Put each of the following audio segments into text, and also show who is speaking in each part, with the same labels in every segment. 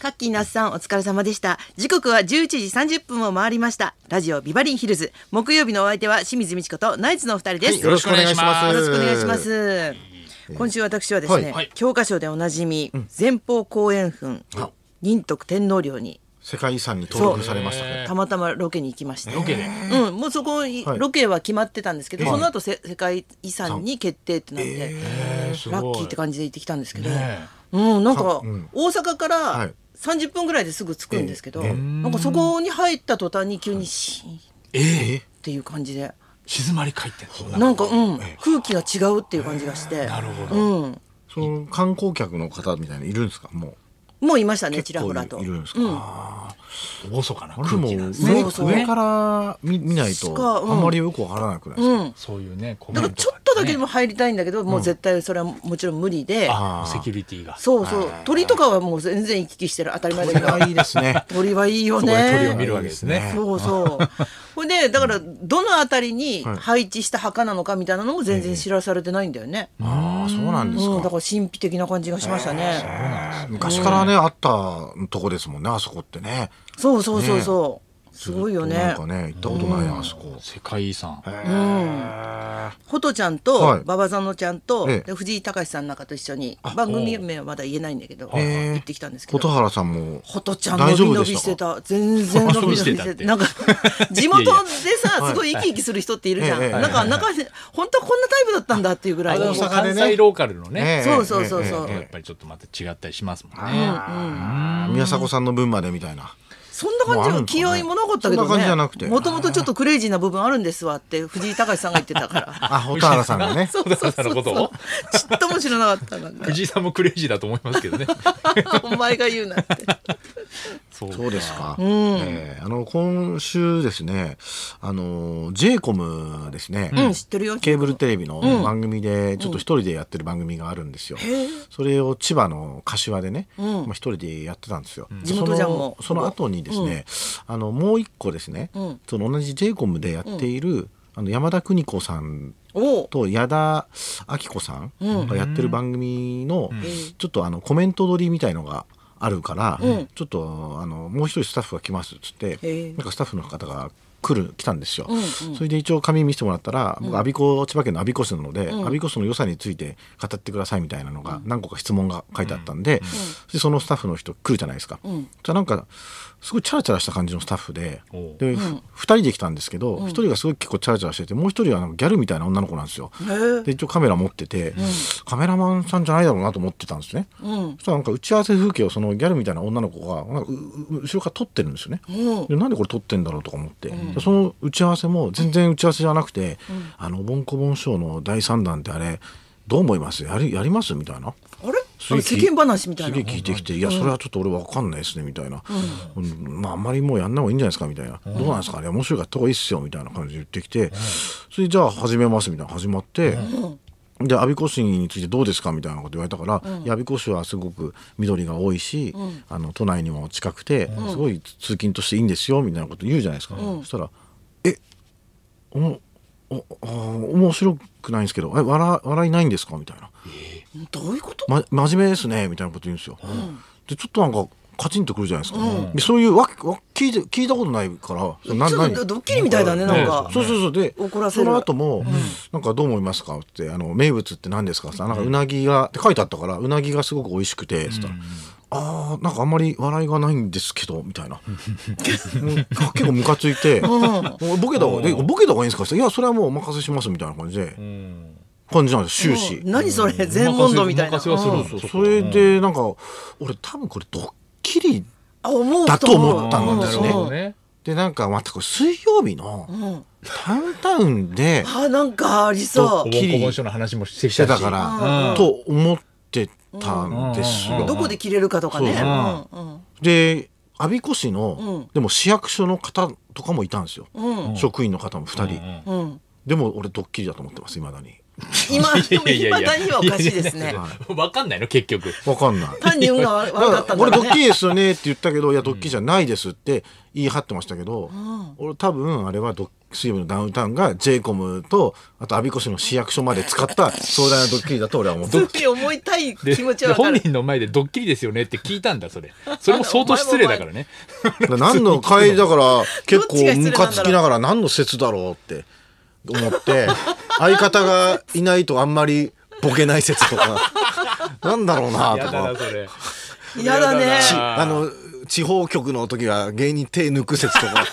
Speaker 1: カッキーなっさんお疲れ様でした時刻は11時30分を回りましたラジオビバリンヒルズ木曜日のお相手は清水美智子とナイツのお二人です、
Speaker 2: よろしくお願いします。
Speaker 1: よろしくお願いしま。す。今週私はですね、
Speaker 2: はい
Speaker 3: はい
Speaker 1: 教科書でおなじみ、前方後円墳、仁徳天皇陵に
Speaker 2: 世界遺産に登録されましたね。
Speaker 1: たまたまロケに行きまして、
Speaker 3: ロケで。
Speaker 1: うん、もうそこ、
Speaker 2: はい
Speaker 1: ロケは決まってたんですけど、
Speaker 2: はい
Speaker 1: その後せ世界遺産に決定ってなって、
Speaker 2: えーすご
Speaker 1: ラ
Speaker 2: い
Speaker 1: ッキーって感じで行ってきたんですけど、
Speaker 3: ね
Speaker 1: うん、なんか
Speaker 2: かうん
Speaker 1: 大阪か
Speaker 2: は
Speaker 1: ら
Speaker 2: い
Speaker 1: 30分ぐらいですぐ着くんですけど、
Speaker 2: ええええ
Speaker 1: なんかそこに入った途端に急にシーンっ
Speaker 3: えええ
Speaker 1: ていう感じで、
Speaker 3: 静まり返ってんの
Speaker 1: なんかうん、空気が違うっていう感じがして、
Speaker 3: なるほど。
Speaker 1: うん。
Speaker 2: その観光客の方みたいにいるんですか。も
Speaker 1: もういました
Speaker 2: う
Speaker 1: ね、ちらほらと。
Speaker 2: いるんですか。
Speaker 1: うん
Speaker 3: 厳かな
Speaker 2: あれで
Speaker 3: 空
Speaker 2: も
Speaker 3: 気なんですね。
Speaker 1: ね
Speaker 2: 上
Speaker 1: そうそう
Speaker 2: 上から見見ない
Speaker 1: しかう
Speaker 2: と
Speaker 1: ん
Speaker 2: あんまりよくわからなくないですか。
Speaker 1: うん。
Speaker 3: そういうね、コメ
Speaker 1: だ
Speaker 3: ン
Speaker 1: から
Speaker 3: トとかね
Speaker 1: ちょっとだけでも入りたいんだけど、もう絶対それはもちろん無理で、
Speaker 2: ああ
Speaker 3: セキュリティが。
Speaker 1: そうそう
Speaker 2: あー、
Speaker 1: 鳥とかはもう全然行き来してる当たり前だけ
Speaker 2: それ
Speaker 1: ど。
Speaker 2: が、いいですね
Speaker 1: 鳥はいいよ
Speaker 3: そこで鳥を見
Speaker 1: ね。
Speaker 3: るわけですね。
Speaker 1: そうそう。ほんで、だから、どのあたりに配置した墓なのかみたいなのも全然知らされてないんだよね。
Speaker 2: ああそうなんです
Speaker 1: うん、だ
Speaker 2: か。
Speaker 1: から神秘的な感じがしましたね。
Speaker 2: 昔からねあったとこですもんねあそこってね。
Speaker 1: そうそうそうそう。すごいよ
Speaker 2: ずっ
Speaker 1: ね
Speaker 2: と。なんかね行ったことないなあそこ。
Speaker 3: 世界遺産。
Speaker 1: ホトちゃん
Speaker 2: はい
Speaker 1: と馬場園ちゃんと
Speaker 2: ええ
Speaker 1: で藤井隆さんなんかと一緒に番組名はまだ言えないんだけど
Speaker 2: ええ
Speaker 1: 行ってきたんですけど
Speaker 2: 琴原さんも
Speaker 1: ホトちゃん伸
Speaker 2: 大丈
Speaker 1: び伸
Speaker 2: 夫で
Speaker 1: びし
Speaker 2: してたか。
Speaker 1: た全然伸び伸びして
Speaker 3: 伸びしてたって
Speaker 1: なんか地元でさ
Speaker 2: はい
Speaker 1: すごい生き生きする人っているじゃん、
Speaker 2: ええええ
Speaker 1: なんか中で本当はこんなタイプだったんだっていうぐらい
Speaker 3: あ
Speaker 1: に
Speaker 3: の
Speaker 2: 大阪で
Speaker 3: 関
Speaker 2: ね
Speaker 3: 西ローカルのね。
Speaker 2: ええ
Speaker 1: そうそうそう
Speaker 2: ええええ
Speaker 1: そう
Speaker 3: やっぱりちょっとまた違ったりしますもんね。
Speaker 2: あー宮迫さんの分までみたいな。
Speaker 1: そんな感じの気合いもなかったけ
Speaker 2: そんな感じじゃ
Speaker 1: ど
Speaker 2: な
Speaker 1: ね
Speaker 2: くて
Speaker 1: もともとちょっとクレイジーな部分あるんですわって藤井隆さんが言ってたから
Speaker 2: あ琴原さんがね。
Speaker 1: そうそうそう
Speaker 3: なる
Speaker 1: そ
Speaker 3: ほ
Speaker 1: うち
Speaker 3: ど
Speaker 1: っとも知らなかったなんか
Speaker 3: 藤井さんもクレイジーだと思いますけどね。
Speaker 1: お前が言うなって
Speaker 3: そ
Speaker 2: そうですか。
Speaker 1: ん
Speaker 2: えーあの今週ですね、あの J コムですね。
Speaker 1: うん知ってるよ
Speaker 2: ケーブルテレビの番組でちょっと一人でやってる番組があるんですよ。それを千葉の柏でね、まあ一人でやってたんですよ。
Speaker 1: 地元じゃんもう
Speaker 2: そのその後にですね、あのもう一個ですね、
Speaker 1: ん
Speaker 2: その同じ J コムでやっている、あの山田邦子さん
Speaker 1: おう
Speaker 2: と矢田亜希子さんがやってる番組のちょっとあのコメント撮りみたいのがあるから、ちょっとあのもう一人スタッフが来ますっつって
Speaker 1: え
Speaker 2: なんかスタッフの方が来る来たんですよ、それで一応紙見せてもらったら僕我孫子千葉県の我孫子市なので、我孫子市の良さについて語ってくださいみたいなのが何個か質問が書いてあったんで,、でそのスタッフの人来るじゃないですか。じゃあなんかすごいチャラチャラした感じのスタッフで
Speaker 3: おう
Speaker 2: で、ふ2人で来たんですけど、1人がすごい結構チャラチャラしててもう1人はなんかギャルみたいな女の子なんですよ。
Speaker 1: へえ
Speaker 2: で一応カメラ持ってて、カメラマンさんじゃないだろうなと思ってたんですね、そしたらなんか打ち合わせ風景をそのギャルみたいな女の子がなんかうう後ろから撮ってるんですよね、でなんでこれ撮ってんだろうとか思って、でその打ち合わせも全然打ち合わせじゃなくて「あのおぼんこぼん師匠の第3弾ってあれどう思いますやりやります?」みたいな。
Speaker 1: あれあれ世間話みたいな
Speaker 2: すげえ聞いてきて「いやそれはちょっと俺わかんないですね」みたいな、うんまああんまりもうやんない方がいいんじゃないですか」みたいな「どうなんですかあれ面白いからやった方がいいっすよ」みたいな感じで言ってきて「それじゃあ始めます」みたいな始まって。で阿鼻子市についてどうですかみたいなこと言われたから、いや阿鼻子市はすごく緑が多いし、あの都内にも近くて、すごい通勤としていいんですよみたいなこと言うじゃないですか、そしたら「えおもおあー面白くないんですけどえ笑笑いないんですか?」みたいな
Speaker 1: どういうこと
Speaker 2: ま、真面目ですねみたいなこと言うんですよ、でちょっとなんかカチンとくるじゃないですか、でそういうわわ聞いて聞いたことないからそ
Speaker 1: ち
Speaker 2: れ
Speaker 1: ょ
Speaker 2: な
Speaker 1: っ
Speaker 2: 何
Speaker 1: とドッキリみたいだねなんか
Speaker 3: ね
Speaker 2: そうそうそうで
Speaker 1: 怒らせ
Speaker 2: そ
Speaker 1: る
Speaker 2: の後も、なんかどう思いますかってあの名物って何ですかってなんかうなぎがって書いてあったからうなぎがすごく美味しくてつったら、あーなんかあんまり笑いがないんですけど みたいなうん結構ムカついて、ボケた方がでボケた方がいいんですかっていやそれはもうお任せしますみたいな感じで、感じなんです終始、
Speaker 1: 何それ全問答みたいな
Speaker 3: お任せはする
Speaker 1: うん
Speaker 2: そうそうそれでなんか俺多分これドッキリ
Speaker 1: あ思う
Speaker 2: だと思った
Speaker 3: うん
Speaker 2: んで
Speaker 3: なる
Speaker 2: す
Speaker 3: ほ
Speaker 2: ね
Speaker 3: どね。
Speaker 2: でなんかまたこれ水曜日のタウンタウンで
Speaker 1: あなんかあり
Speaker 2: ド
Speaker 1: そ
Speaker 3: お
Speaker 2: ッ
Speaker 3: ぼ
Speaker 2: キ
Speaker 3: ん
Speaker 2: リ
Speaker 3: こぼん師匠の話もしてき
Speaker 2: して
Speaker 3: た
Speaker 2: た
Speaker 3: し。
Speaker 2: からと思ってたんです
Speaker 3: う
Speaker 1: う
Speaker 3: んうん
Speaker 2: よ
Speaker 3: う
Speaker 1: どこで切れるかとかね
Speaker 2: そう
Speaker 1: う
Speaker 2: で我孫子市のでも市役所の方とかもいたんですよ職員の方も2人
Speaker 1: んうんうん
Speaker 2: でも俺ドッキリだと思ってますいまだに
Speaker 1: 今でも
Speaker 3: いやい
Speaker 1: 今
Speaker 3: やいや
Speaker 1: だにはおかしいですね
Speaker 3: わかんないの結局。
Speaker 2: わかんない
Speaker 1: 単に運が悪
Speaker 2: だ
Speaker 1: かった
Speaker 2: から
Speaker 1: んだ
Speaker 2: 俺
Speaker 1: ろ
Speaker 2: ド
Speaker 1: う
Speaker 2: ッキ
Speaker 1: ね
Speaker 2: リですよねって言ったけど、いやドッキリじゃないですって言い張ってましたけど、俺多分あれはドッ水曜日のダウンタウンが j イコムとあと我孫子市の市役所まで使った壮大なドッキリだと俺は 思って
Speaker 1: そうい
Speaker 2: る
Speaker 1: うふうに思いたい
Speaker 3: で
Speaker 1: 気持ちはわか
Speaker 3: 本
Speaker 1: る
Speaker 3: 人の前でドッキリですよねって聞いたんだ それそれも相当失礼だからね
Speaker 2: 何の会だから結
Speaker 1: どっちが失礼なんだろ
Speaker 2: 構
Speaker 1: う
Speaker 2: ムカつきながら何の説だろうって思って相方がいないとあんまりボケない説とかなんだろうなと
Speaker 3: やだ
Speaker 2: か
Speaker 3: なそれ
Speaker 1: やだね
Speaker 2: ち
Speaker 3: やだな
Speaker 2: あの地方局の時は芸人手抜く説とか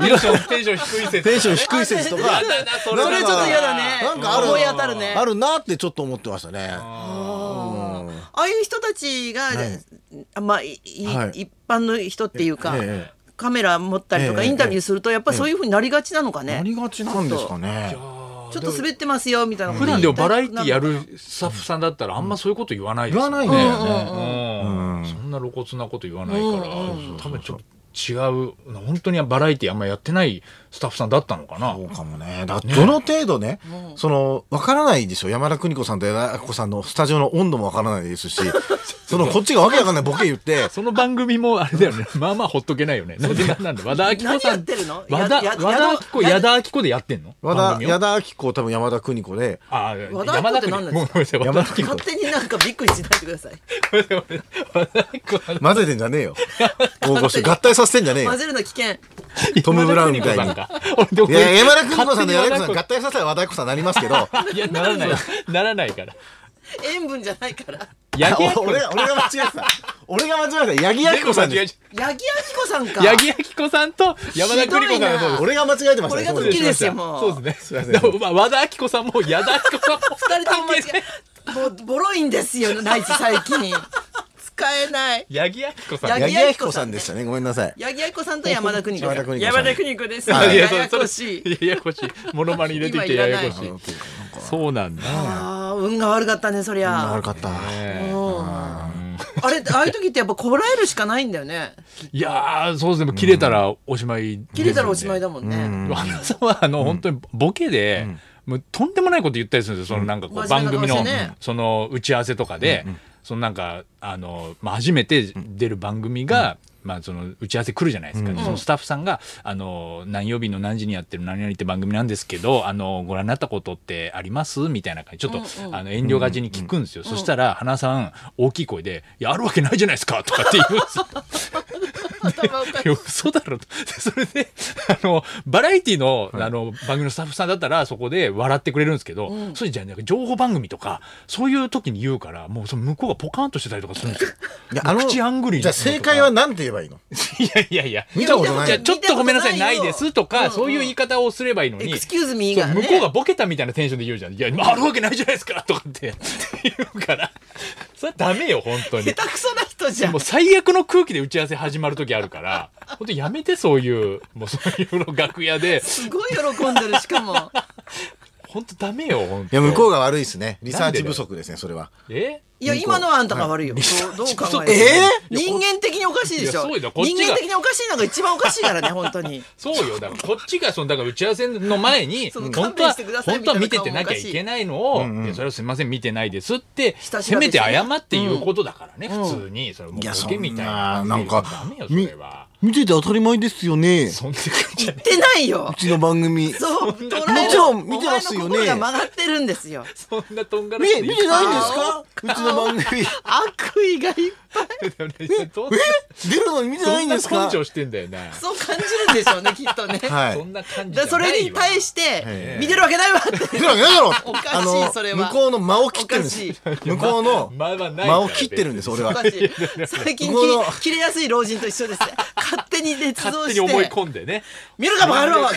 Speaker 3: テンションテンション低い説
Speaker 2: テンション低い説とか
Speaker 3: やだなそれ
Speaker 1: それちょっと嫌だね
Speaker 2: なんかある
Speaker 1: 思い当たるね
Speaker 2: あるなってちょっと思ってましたね。
Speaker 1: あーああいう人たちが、
Speaker 2: はい
Speaker 1: あまあいい
Speaker 2: はい
Speaker 1: 一般の人っていうか、
Speaker 2: え
Speaker 1: カメラ持ったりとか、
Speaker 2: ええ
Speaker 1: インタビューするとやっぱりそういうふうになりがちなのかね、
Speaker 2: なりがちなんですかね。
Speaker 1: ちょっと滑ってますよみたいなこと
Speaker 3: 普段でもバラエティやるスタッフさんだったらあんまそういうこと言わないですよね
Speaker 2: 言わないんだ
Speaker 3: うんそんな露骨なこと言わないから多分ちょっと違う本当にバラエティあんまやってないスタッフさんだったのかな
Speaker 2: そうかもね。だからどの程度ね、その、わからないでしょ。山田邦子さんと矢田子さんのスタジオの温度もわからないですし、その、こっちがわけわかんないボケ言って、
Speaker 3: その番組もあれだよね。 まあまあほっとけないよね。なんでなんなんだ和田アキ子
Speaker 1: 何や
Speaker 3: さ
Speaker 1: っ
Speaker 3: ん
Speaker 1: てるの
Speaker 3: 和
Speaker 1: や
Speaker 3: 田、
Speaker 1: や
Speaker 3: 和田アキ子、
Speaker 1: や
Speaker 3: 矢田アキ子でやってんの
Speaker 2: 和田、矢
Speaker 3: 田。
Speaker 2: 田亜希子多分山田邦子で、
Speaker 3: ああ、
Speaker 1: 和田アキ
Speaker 3: 山
Speaker 1: 子っ
Speaker 3: 田
Speaker 1: て
Speaker 3: 君。
Speaker 1: 何なん
Speaker 3: ごめん
Speaker 1: です
Speaker 3: なさい。和田アキ子。
Speaker 1: 勝手になんかびっくりしないでください
Speaker 3: ごめんなさい和田ア キ子さん。
Speaker 2: 混ぜてんじゃねえよ。大御所合体させてんじゃねえ よ
Speaker 1: 混。ぜるの危険
Speaker 2: トムブラウンみたいに
Speaker 3: 山田邦子さんか。俺ど
Speaker 2: い
Speaker 3: こ
Speaker 2: や、山田邦子さんと矢
Speaker 3: 勝手
Speaker 2: 田
Speaker 3: に
Speaker 2: 子さ
Speaker 3: 和
Speaker 2: ん合
Speaker 3: 田
Speaker 2: 体させたら和田亜希子さんになりますけど、
Speaker 3: アキ子いや、ならない。ならな いから。
Speaker 1: 塩分じゃないから
Speaker 3: 八木アキ
Speaker 2: 俺
Speaker 3: 子。
Speaker 2: が俺が間違えてた。俺が間違えた。八木亜希子さん
Speaker 3: 全部
Speaker 2: で
Speaker 3: 間違え
Speaker 2: す。
Speaker 3: ち
Speaker 1: 八木亜希子さんか
Speaker 3: ゃう八木アキ子さんと山田邦子さんがそうです。
Speaker 2: 俺が間違えてましたね。
Speaker 1: これがド
Speaker 2: そ
Speaker 1: ッ
Speaker 2: うで
Speaker 1: キ
Speaker 2: す
Speaker 1: リですよもう
Speaker 3: そうですね。
Speaker 2: すい
Speaker 3: で
Speaker 2: ません
Speaker 3: もまあ和田アキ子さんも矢田アキ子さんも。
Speaker 1: 二人とも間違えもうボロいんですよナイツ最近使えない
Speaker 3: 八木アキ子さん。
Speaker 1: 八
Speaker 2: 八
Speaker 1: 木
Speaker 2: 木
Speaker 1: 亜
Speaker 2: 亜
Speaker 1: 希
Speaker 2: 希
Speaker 1: 子
Speaker 2: 子
Speaker 1: さ
Speaker 2: さ
Speaker 1: ん
Speaker 2: ん
Speaker 1: で
Speaker 2: で
Speaker 1: し
Speaker 2: したね。ごめんなさい。
Speaker 1: 八木亜希子さんと山田邦子さん
Speaker 2: 山田邦子さん
Speaker 1: 山田邦子です
Speaker 3: いや
Speaker 1: や
Speaker 3: いや
Speaker 1: や
Speaker 3: そ
Speaker 1: こ
Speaker 3: れ
Speaker 1: しい
Speaker 3: それややこしいモノマネ入れてきて
Speaker 1: 今
Speaker 3: や
Speaker 1: いらな
Speaker 3: や
Speaker 1: い
Speaker 3: こしいそうなんだ
Speaker 1: あー運が悪かったねそりゃ
Speaker 2: 悪かった。
Speaker 3: ね
Speaker 1: あれああいう時ってやっぱこらえるしかないんだよね
Speaker 3: いやーそうですねもう切れたらおしまい
Speaker 1: 切れたらおしまい
Speaker 3: だ
Speaker 1: だもんね
Speaker 3: 和田さんはあの本当にボケでもうとんでもないこと言ったりするんですよそのなんかこう
Speaker 1: 真
Speaker 3: 番
Speaker 1: 面目
Speaker 3: 組
Speaker 1: な顔
Speaker 3: の
Speaker 1: してね
Speaker 3: その打ち合わせとかでそのなんかあのまあ初めて出る番組がまあその打ち合わせ来るじゃないですか、でそのスタッフさんが「あの何曜日の何時にやってる何々って番組なんですけどあのご覧になったことってあります?」みたいな感じちょっと、あの遠慮がちに聞くんですよ、そしたら花さん大きい声で「いやあるわけないじゃないですか」とかって言うんですよ。
Speaker 1: 頭おかしい
Speaker 3: いや嘘だろと でそれであのバラエティの,、あの番組のスタッフさんだったらそこで笑ってくれるんですけど、それじゃなく情報番組とかそういう時に言うからもうその向こうがポカンとしてたりとかするんですよ。
Speaker 2: いやあの
Speaker 3: 口アングリー
Speaker 2: じゃあ正解は何て言えばいいの
Speaker 3: いやいやいや
Speaker 2: 見たことない
Speaker 3: じゃあちょっとごめんなさい
Speaker 1: 見た
Speaker 3: な
Speaker 1: ことないよ
Speaker 3: いですとか、
Speaker 1: うんうん
Speaker 3: そういう言い方をすればいいのに。
Speaker 1: エクスキューズミー
Speaker 3: そう
Speaker 1: が
Speaker 3: 向
Speaker 1: ね
Speaker 3: こうがボケたみたいなテンションで言うじゃん。いや、あるわけないじゃないですかとかって言うから。それはダメよ、本当に
Speaker 1: 下。手くそな人じゃん
Speaker 3: もう最悪の空気で打ち合わせ始まる時ある から、本当やめてそういう、もうそういうの楽屋で、
Speaker 1: すごい喜んでるしかも
Speaker 3: 本当ダメよ、本
Speaker 2: い
Speaker 3: 当
Speaker 2: や向こうが悪いですねリサーチ不足ですねそれは
Speaker 3: え
Speaker 1: いや今のはあんたが悪いよ、どうどう考えて
Speaker 2: え
Speaker 1: も
Speaker 2: ー
Speaker 1: 人間的におかしいでし
Speaker 3: いや
Speaker 1: ょ
Speaker 3: そうだこっちが
Speaker 1: 人間的におかしいのが一番おかしいからね本当に
Speaker 3: そうよ、だからこっちがその、だから打ち合わせの前に、
Speaker 1: その勘
Speaker 3: 本当
Speaker 1: 弁
Speaker 3: は
Speaker 1: してくだ、さい
Speaker 3: 本当は見てて
Speaker 1: みたいな
Speaker 3: な
Speaker 1: 顔もお
Speaker 3: きゃ
Speaker 1: かしい
Speaker 3: いけないのを、いやそれはすみません、見てないですって、
Speaker 1: 下調べして
Speaker 3: せ
Speaker 1: ね
Speaker 3: めて謝って言うことだからね、普通に、それもう
Speaker 2: いや
Speaker 3: ボ
Speaker 2: そ
Speaker 3: ケみ
Speaker 2: ん
Speaker 3: たい
Speaker 2: な
Speaker 3: な。
Speaker 2: なん
Speaker 3: ダ
Speaker 2: か
Speaker 3: メよ、そ
Speaker 2: み
Speaker 3: れは。
Speaker 2: 見てて当たり前ですよね
Speaker 3: そんな感じじゃな
Speaker 1: 言って
Speaker 3: い。
Speaker 1: ないよ
Speaker 2: うちの番組
Speaker 1: そう捉える
Speaker 2: もちろん見てます
Speaker 1: お
Speaker 2: よね
Speaker 1: 前の心が曲がってるんですよ
Speaker 3: そんなとんがらし
Speaker 2: 見
Speaker 3: く
Speaker 2: 見
Speaker 3: 言う
Speaker 2: てないん ですかうちの番組
Speaker 1: 悪意がいっぱい
Speaker 3: どう
Speaker 2: え出るのに見てな
Speaker 3: ど
Speaker 2: い
Speaker 3: ん
Speaker 2: ん
Speaker 3: な
Speaker 2: で
Speaker 3: 根
Speaker 2: すか
Speaker 3: 性してんだよな。
Speaker 1: そう感じるんでし ょうねきっとね、
Speaker 2: はい
Speaker 3: そんな感じじゃ
Speaker 1: だ
Speaker 3: ないわ。
Speaker 1: それに対して
Speaker 2: え
Speaker 1: 見てるわけないわって
Speaker 2: 出るわけないだろ
Speaker 1: おかしい
Speaker 2: あの
Speaker 1: それは
Speaker 2: 向こうの間を切ってるんで
Speaker 1: お
Speaker 2: す向こうの
Speaker 3: ままはないから
Speaker 2: 間を切ってるんです俺
Speaker 1: お
Speaker 2: は
Speaker 1: かしい最近
Speaker 2: ここの
Speaker 1: き 切れやすい老人と一緒ですね勝手に捏造
Speaker 3: 勝手
Speaker 1: し
Speaker 3: に思い
Speaker 1: て
Speaker 3: 込んでね。
Speaker 1: 見るかもあるわ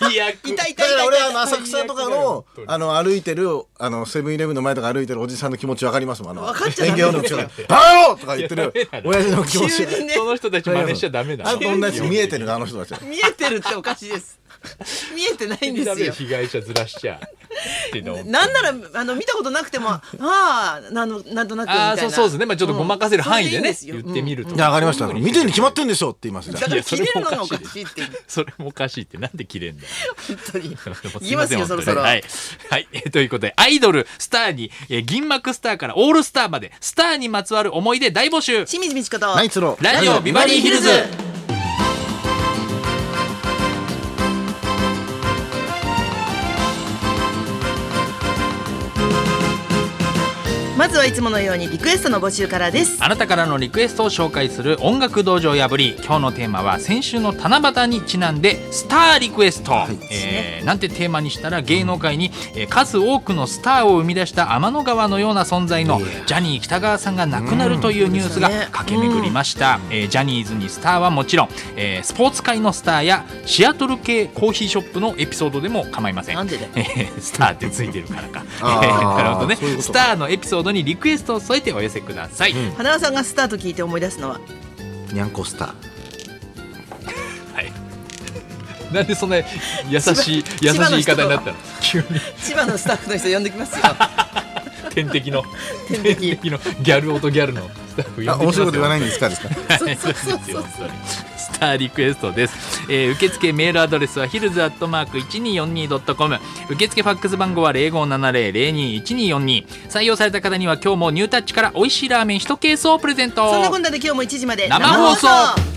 Speaker 3: 最悪。
Speaker 1: 痛い痛い
Speaker 2: だから俺はあの
Speaker 1: 痛
Speaker 2: 浅
Speaker 1: い
Speaker 2: 草とか
Speaker 3: 最悪だよ
Speaker 2: の
Speaker 3: 本当に
Speaker 2: あの歩いてるあのセブンイレブンの前とか歩いてるおじさんの気持ち分かりますもんあの
Speaker 1: 分かっちゃダ
Speaker 2: 園
Speaker 1: メ
Speaker 2: 芸用の 口が「バカ野郎!」とか言ってる
Speaker 3: いやダメだね
Speaker 2: 親父の気持ち
Speaker 1: 急にね
Speaker 3: その人たち真似しちゃダメだ。
Speaker 2: あと同じ見えてるのあの人たちは
Speaker 1: 見えてるっておかしい です見えてないんで
Speaker 3: ダ
Speaker 1: す
Speaker 3: メよ
Speaker 1: よ
Speaker 3: 被害者ずらしちゃ。っていうのを
Speaker 1: なんならあの見たことなくてもああなんのなんとなくみたいな
Speaker 3: ああ、そうそうですね。まあちょっとごまかせる範囲でね
Speaker 1: うんそれでいいんですよ
Speaker 3: 言ってみると。
Speaker 2: いや分かりました
Speaker 3: そういうふう
Speaker 2: 見てるに決まってんでしょって言いますじゃ
Speaker 1: だ
Speaker 2: あ
Speaker 1: から切れるのがおかしいって
Speaker 3: それもおかしいってなんで切れんだよ。
Speaker 1: 本当に言い
Speaker 3: い
Speaker 1: ますよそろそろ、
Speaker 3: はい。はい。 えーということで、アイドル、スターに、えー銀幕スターからオールスターまで、スターにまつわる思い出大募集
Speaker 1: 清水美智子と
Speaker 2: ナイツロ
Speaker 3: ラジオビバリーヒルズ
Speaker 1: ずはいつものようにリクエストの募集からです
Speaker 3: あなたからのリクエストを紹介する音楽道場破り今日のテーマは先週の七夕にちなんでスターリクエスト、えーなんてテーマにしたら芸能界に、えー数多くのスターを生み出した天の川のような存在のジャニー喜多川さんが亡くなるというニュースが
Speaker 1: うんそうですね
Speaker 3: 駆け巡りました、えージャニーズにスターはもちろん、えースポーツ界のスターやシアトル系コーヒーショップのエピソードでも構いません
Speaker 1: なんでだよ
Speaker 3: えースターってついてるからか
Speaker 2: あー
Speaker 3: えー なるほどね
Speaker 2: そういうこと
Speaker 3: スターのエピソードにリクエストを添えてお寄せください、
Speaker 2: うん
Speaker 1: 花輪さんがスタート聞いて思い出すのは
Speaker 2: にゃんこスター
Speaker 3: はい。なんでそんな優しい優しい
Speaker 1: 千葉の
Speaker 3: 言い
Speaker 1: 人
Speaker 3: 方になったの？急に
Speaker 1: 千葉のスタッフの人呼んできますよ
Speaker 3: 天敵の
Speaker 1: 天敵
Speaker 3: のギャル男ギャルのスタッフ呼んできますよ
Speaker 4: あ面白いこと言わないんですかですか
Speaker 1: そうそうそう そう
Speaker 3: 本当にスターリクエストです、えー受付メールアドレスはヒルズアットマーク 1242.com 受付ファックス番号は0570-021242採用された方には今日もニュータッチから美味しいラーメン1ケースをプレゼント
Speaker 1: そんなこんなで今日も1時まで
Speaker 3: 生放送